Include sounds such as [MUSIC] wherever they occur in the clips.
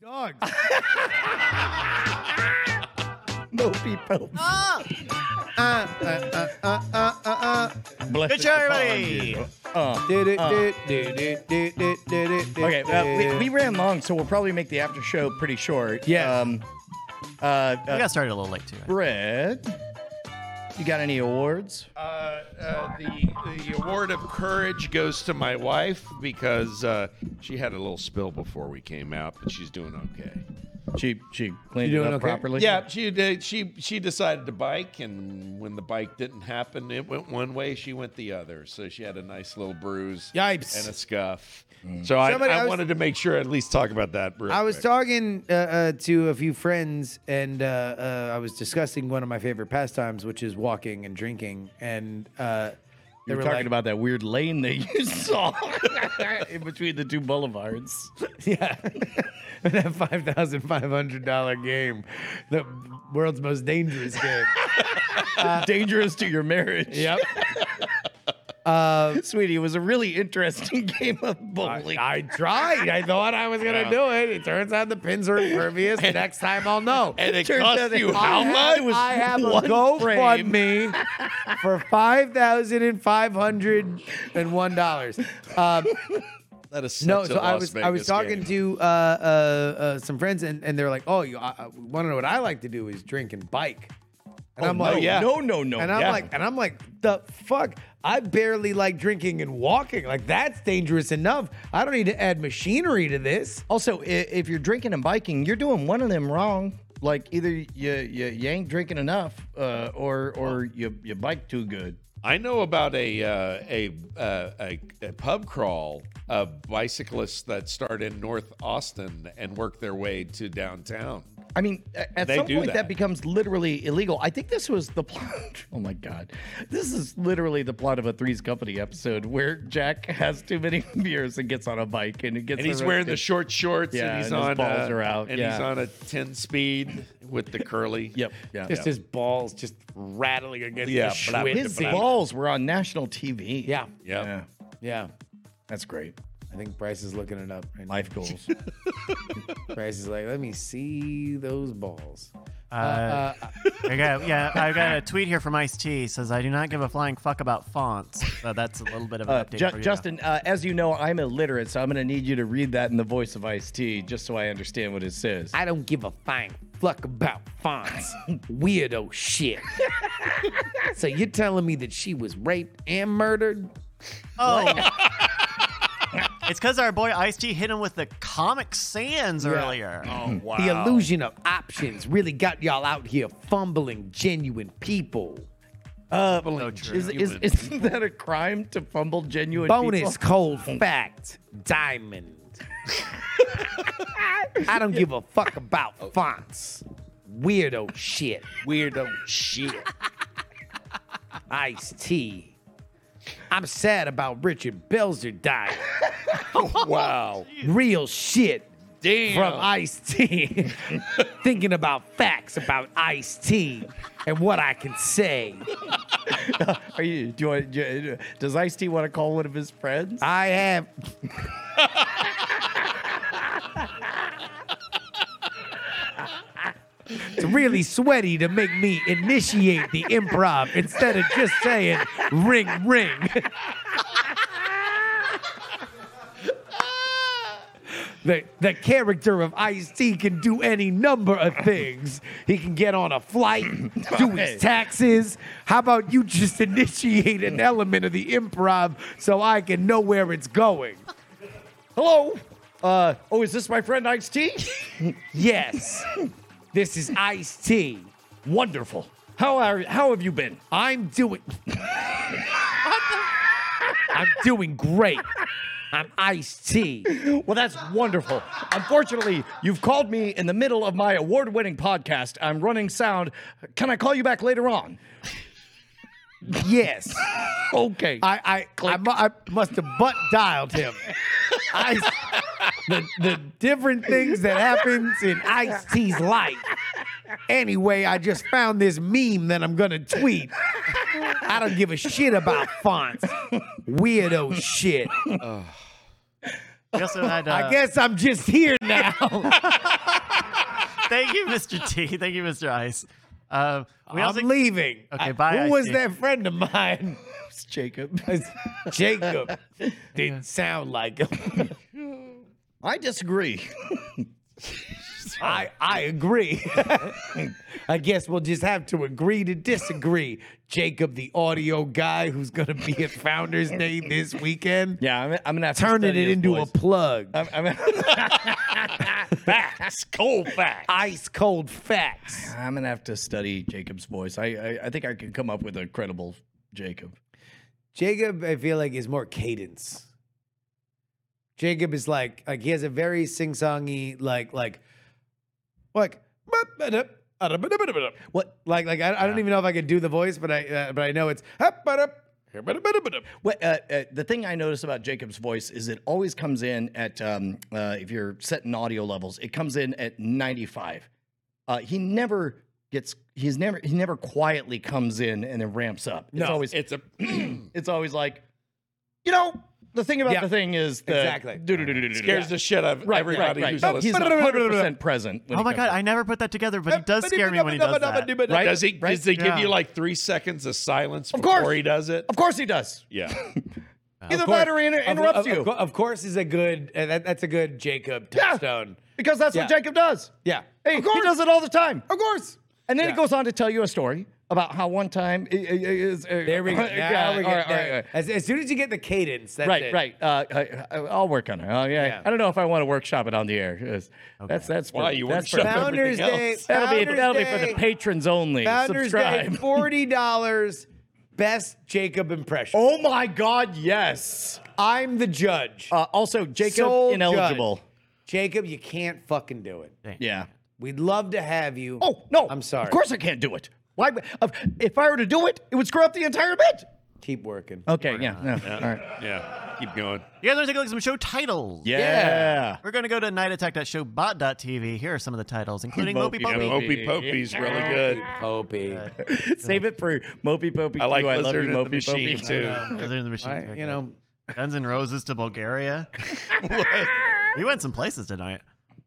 dogs. No [LAUGHS] people. Ah. Good show, everybody. Did it, did did it, did it, did it, did Okay, uh, it. we, we ran long, so we'll probably make the after show pretty short. Yeah. Um, uh, uh, We got started a little late too. Brett, you got any awards? Uh, uh, the, the award of courage goes to my wife because uh, she had a little spill before we came out, but she's doing okay. She she cleaned You it doing up okay? properly. Yeah, she did. She she decided to bike, and when the bike didn't happen, it went one way. She went the other, so she had a nice little bruise, Yipes. and a scuff. So I, Mm. Somebody- I, I was- wanted to make sure at least talk about that. real I was quick. talking uh, uh, to a few friends, and uh, uh, I was discussing one of my favorite pastimes, which is walking and drinking. And uh, [LAUGHS] they We're were talking like, about that weird lane that you [LAUGHS] saw in between the two boulevards. yeah, [LAUGHS] that five thousand five hundred dollar game, the world's most dangerous game. [LAUGHS] Uh, Dangerous to your marriage. yep. [LAUGHS] Sweetie, it was a really interesting [LAUGHS] game of bowling. I tried. I thought I was gonna do it. It turns out the pins [LAUGHS] are impervious. The next time I'll know. and it Turns out cost it- you I how I much? have, I have a one frame. GoFundMe [LAUGHS] for five thousand and five hundred and one dollars. Um, That is such no, a so I Las was I was Vegas talking game. to uh, uh, uh, some friends, and, and they're like, "Oh, you want to know what I like to do is drink and bike." And I'm no, like, yeah. no, no, no. Oh, and I'm yeah. like, and I'm like, the fuck? I barely like drinking and walking. Like that's dangerous enough. I don't need to add machinery to this. Also, i- if you're drinking and biking, you're doing one of them wrong. Like either you you, you ain't drinking enough, uh, or or you you bike too good. I know about a uh, a, uh, a a pub crawl of bicyclists that start in North Austin and work their way to downtown. I mean, a- at They some do point that. that. becomes literally illegal. I think this was the plot. [LAUGHS] Oh my god, this is literally the plot of a Three's Company episode where Jack has too many [LAUGHS] beers and gets on a bike and it gets. And he's wearing the arrested. short shorts, Yeah, and he's and his on balls a, are out, and he's yeah. on a ten speed with the curly. [LAUGHS] Yep. Yeah. Just his balls just rattling against Yeah, the blah, Schwinn. His balls were on national TV. Yeah, Yep. Yeah. yeah. That's great. I think Bryce is looking it up. [LAUGHS] Right now. Life [LAUGHS] goals. Bryce is like, let me see those balls. Uh, I got, yeah, I got a tweet here from Ice T says I do not give a flying fuck about fonts, so that's a little bit of an Uh, update. Ju- for you. Justin, uh, as you know, I'm illiterate, so I'm going to need you to read that in the voice of Ice T, just so I understand what it says. I don't give a fine fuck about fonts. Weirdo shit. so you're telling me that she was raped and murdered? Oh. [LAUGHS] it's because our boy Ice T hit him with the Comic Sans earlier. Hmm. Oh wow. The illusion of options really got y'all out here fumbling genuine people. so true. is, is, isn't that a crime to fumble genuine Bonus people? cold fact diamond. I don't give a fuck about fonts. Weirdo shit. weirdo shit. Ice tea. I'm sad about Richard Belzer dying. wow. Real shit. Damn. from Ice T. [LAUGHS] Thinking about facts about Ice T and what I can say. Are you, do you want, do you- uh, does Ice T want to call one of his friends? I have. it's really sweaty to make me initiate the improv instead of just saying ring, ring. The, the character of Ice T can do any number of things. He can get on a flight, do his taxes. How about you just initiate an element of the improv so I can know where it's going? Hello? Uh, oh, is this my friend Ice T? Yes, this is Ice T. [LAUGHS] Wonderful. How are how have you been? I'm doing. I'm doing great. I'm Ice T. Well, that's wonderful. Unfortunately, you've called me in the middle of my award-winning podcast. I'm running sound. Can I call you back later on? Yes. Okay. I I, I, mu- I must have butt dialed him. Ice, the, the different things that happens in Ice T's life. Anyway, I just found this meme that I'm gonna tweet. I don't give a shit about fonts. Weirdo shit. We Oh. also had. Uh, I guess I'm just here now. Thank you, Mr. T. Thank you, Mr. Ice. Uh, we I'm also, leaving. Okay, bye, Who was Ice-T. that friend of mine? It's Jacob. Jacob. Didn't sound [LAUGHS] like him. I disagree. I, I agree. [LAUGHS] I guess we'll just have to agree to disagree. Jacob, the audio guy who's going to be at Founders Day this weekend, Yeah, I'm, I'm gonna have to turning study it his into voice. a plug. I'm, [LAUGHS] I'm, Facts, cold facts. Ice cold facts. I'm gonna have to study Jacob's voice. I, I I think I can come up with a credible Jacob. Jacob, I feel like is more cadence. Jacob is like like he has a very sing songy like like like what like like I, I don't even know if I could do the voice, but I uh, but I know it's What, uh, uh, the thing I notice about Jacob's voice is it always comes in at um, uh, if you're setting audio levels, it comes in at 95. Uh, he never gets. He's never. He never quietly comes in and then ramps up. It's No, always. [CLEARS THROAT] It's a it's always like, you know, the thing about Yeah. the thing is the Exactly. scares the shit out of everybody who's But listening. He's 100 percent present. when oh he my comes god, in. I never put that together, but he does scare me when he does that. Right? Does he? Right? Does they give Yeah. you like three seconds of silence course. before he does it? of course he does. Yeah. Either that or he inter- Of- interrupts of, you Of, cour- of course, is a good uh, that, that's a good Jacob Yeah. touchstone. because that's what Yeah. Jacob does. Yeah, Hey, he does it all the time. of course. And then Yeah. it goes on to tell you a story about how one time i- i- i- is. uh, There [LAUGHS] [LAUGHS] we go. Now yeah, we all get right, all right, there. all right. As, as soon as you get the cadence, that's Right, it. right. Uh, I, I- I'll work on it. Oh, yeah. Yeah. I don't know if I want to workshop it on the air. Yes. That's that's for, Why, you that's workshop for- it? Founders Everything Day. else. [LAUGHS] that'll be Founders that'll be for Day. the patrons only. Founders Day, Subscribe. [LAUGHS] forty dollars. Best Jacob impression. Oh my God! Yes. I'm the judge. Uh, also, Jacob Sole ineligible. Jacob, you can't fucking do it. Yeah. We'd love to have you. Oh no! I'm sorry. Of course I can't do it. Why? of- If I were to do it, it would screw up the entire bit. Keep working. Okay. Yeah. no, All right. Yeah. Keep going. You guys are taking a look at some show titles. Yeah. We're going to go to nightattack.showbot.tv. Here are some of the titles, including Mopey Mopey Yeah, Popey. Popey. Mopey Popey's really good. Popey. Save it for Mopey Popey. I like too. I love you, Lizard in the Mopey Machine Popey. too. Those are in the machine I- character. you know, Guns N' Roses [LAUGHS] to Bulgaria. [LAUGHS] we went some places tonight.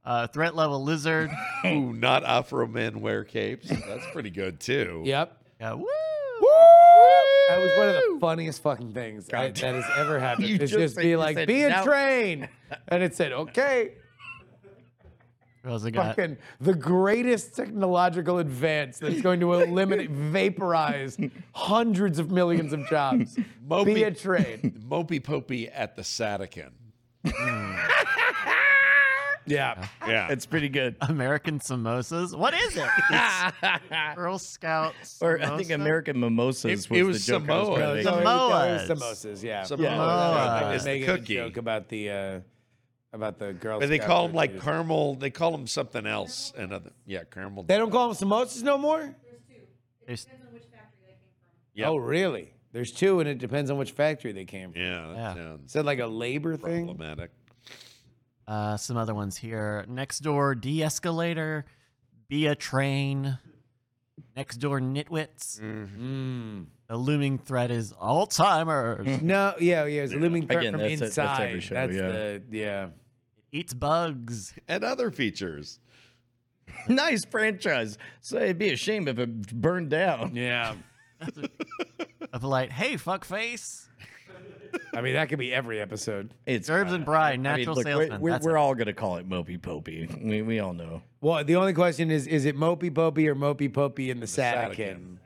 Uh, threat level lizard. Ooh, not Afro men wear capes. That's pretty good too. yep. Yeah, woo! That was one of the funniest fucking things I- that has ever [LAUGHS] happened. You It's just just said- be you like, said be a now- train. [LAUGHS] And it said, okay. What else I got? Fucking the greatest technological advance that's going to eliminate, vaporize hundreds of millions of jobs. [LAUGHS] Be a train. Mopey Popey at the Vatican. Yeah. Yeah. It's pretty good. American samosas. What [LAUGHS] is it? It's Girl Scouts. Or I think American mimosas It- was it was the joke I was Samoa. trying to No, Samoa. make. it was- no, it was Samoas. Samosas, yeah. Samoas. I Samoa. was It's the making a cookie. joke about the uh, about the girls. But they call them like caramel. They call them something else. Another. Yeah, caramel. They don't call them samosas no more. There's- Yeah. Oh, really? There's two, and it depends on which factory they came from. Yeah. That Yeah. Is sounds that like a labor thing? problematic. Uh, some other ones here. Next door de-escalator. Be a train. Next door nitwits. Mm-hmm. The looming threat is [LAUGHS] Alzheimer's. It No, yeah, yeah. It's a looming threat Again, from that's it- that's inside. every show, That's yeah. the yeah. Eats bugs. And other features. [LAUGHS] nice franchise. So it'd be a shame if it burned down. Yeah. A polite, hey, [LAUGHS] fuckface. I mean, that could be every episode. It's Herbs and Bride, natural look, we're- salesman. We're, That's we're it. all gonna call it Mopey Popey. We we all know. Well, the only question is is it Mopey Popey or Mopey Popey in the Satican?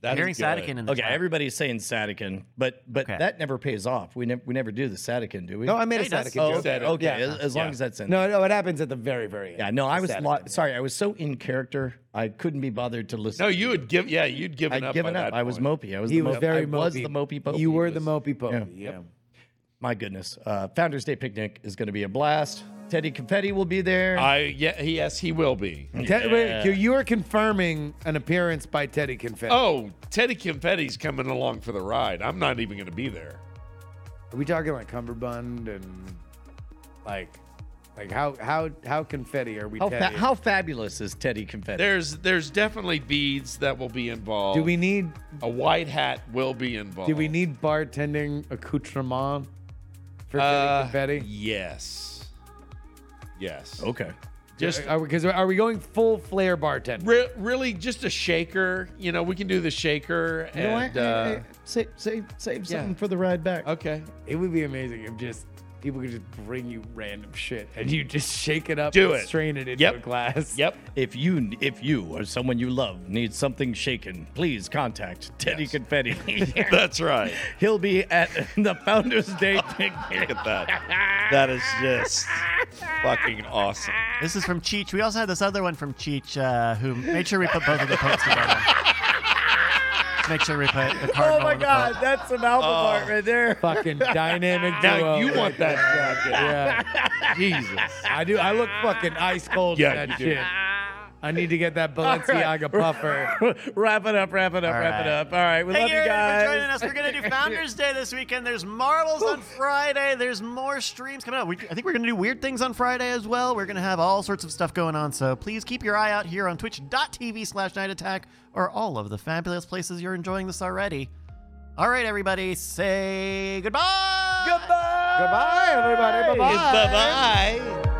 That's Hearing Satican in the Okay, chat. everybody's saying Satikin, but but Okay. that never pays off. We never we never do the Satikin, do we? No, I made a Hey, that's- Satican Oh, joke. okay, Satikin. okay, Yeah. As, as long Yeah. as that's in. No, no, it happens at the very, very end. yeah, no, I was Satican, lo- yeah. sorry, I was so in character, I couldn't be bothered to listen. No, you had give. Yeah, you'd given I'd up. given by up. that I was point. mopey. I was He the was mopey. very I mopey. was the mopey popey. You were He the was- mopey popey. yeah. Yeah. My goodness, uh, Founder's Day picnic is going to be a blast. Teddy Confetti will be there. I yeah. he- Yes, he will be. Ted- wait, you- you are confirming an appearance by Teddy Confetti. Oh, Teddy Confetti's coming along for the ride. I'm not even going to be there. Are we talking like cummerbund and like, like how how how confetti are we? how, fa- Teddy? how fabulous is Teddy Confetti? There's there's definitely beads that will be involved. do we need? A white hat will be involved. Do we need bartending accoutrement for getting Uh, confetti? Yes. Yes. Okay. Just Are we, 'cause are we going full flair bartender? re- really just a shaker. You know, we can do the shaker. You know what? and, uh, save save save yeah. something for the ride back. okay. It would be amazing if just people could just bring you random shit and you just shake it up, Do and it. strain it into Yep. a glass. Yep. If you if you or someone you love needs something shaken, please contact Teddy Confetti. That's right. [LAUGHS] He'll be at [LAUGHS] the Founders Day Look picnic. at that. That is [LAUGHS] just fucking awesome. This is from Cheech. We also had this other one from Cheech uh, who made sure we put both of the posts together. Just make sure we put the cardinal. Oh my and the God, Pope. that's some album art right there. [LAUGHS] Fucking dynamic duo. Now you want that jacket. Yeah. Jesus. I do. I look fucking ice cold Yeah, in that you do. shit. I need to get that right. [LAUGHS] Balenciaga puffer. [LAUGHS] wrap it up, wrap it up, All wrap it right. up. All right, we Thank love you you everybody for joining guys. us. We're gonna do Founders Day this weekend. There's marbles on Friday. There's more streams coming up. We, I think we're gonna do weird things on Friday as well. We're gonna have all sorts of stuff going on. So please keep your eye out here on twitch.tv slash night attack or all of the fabulous places you're enjoying this already. All right, everybody, say goodbye. Goodbye, everybody. Bye bye. Bye bye.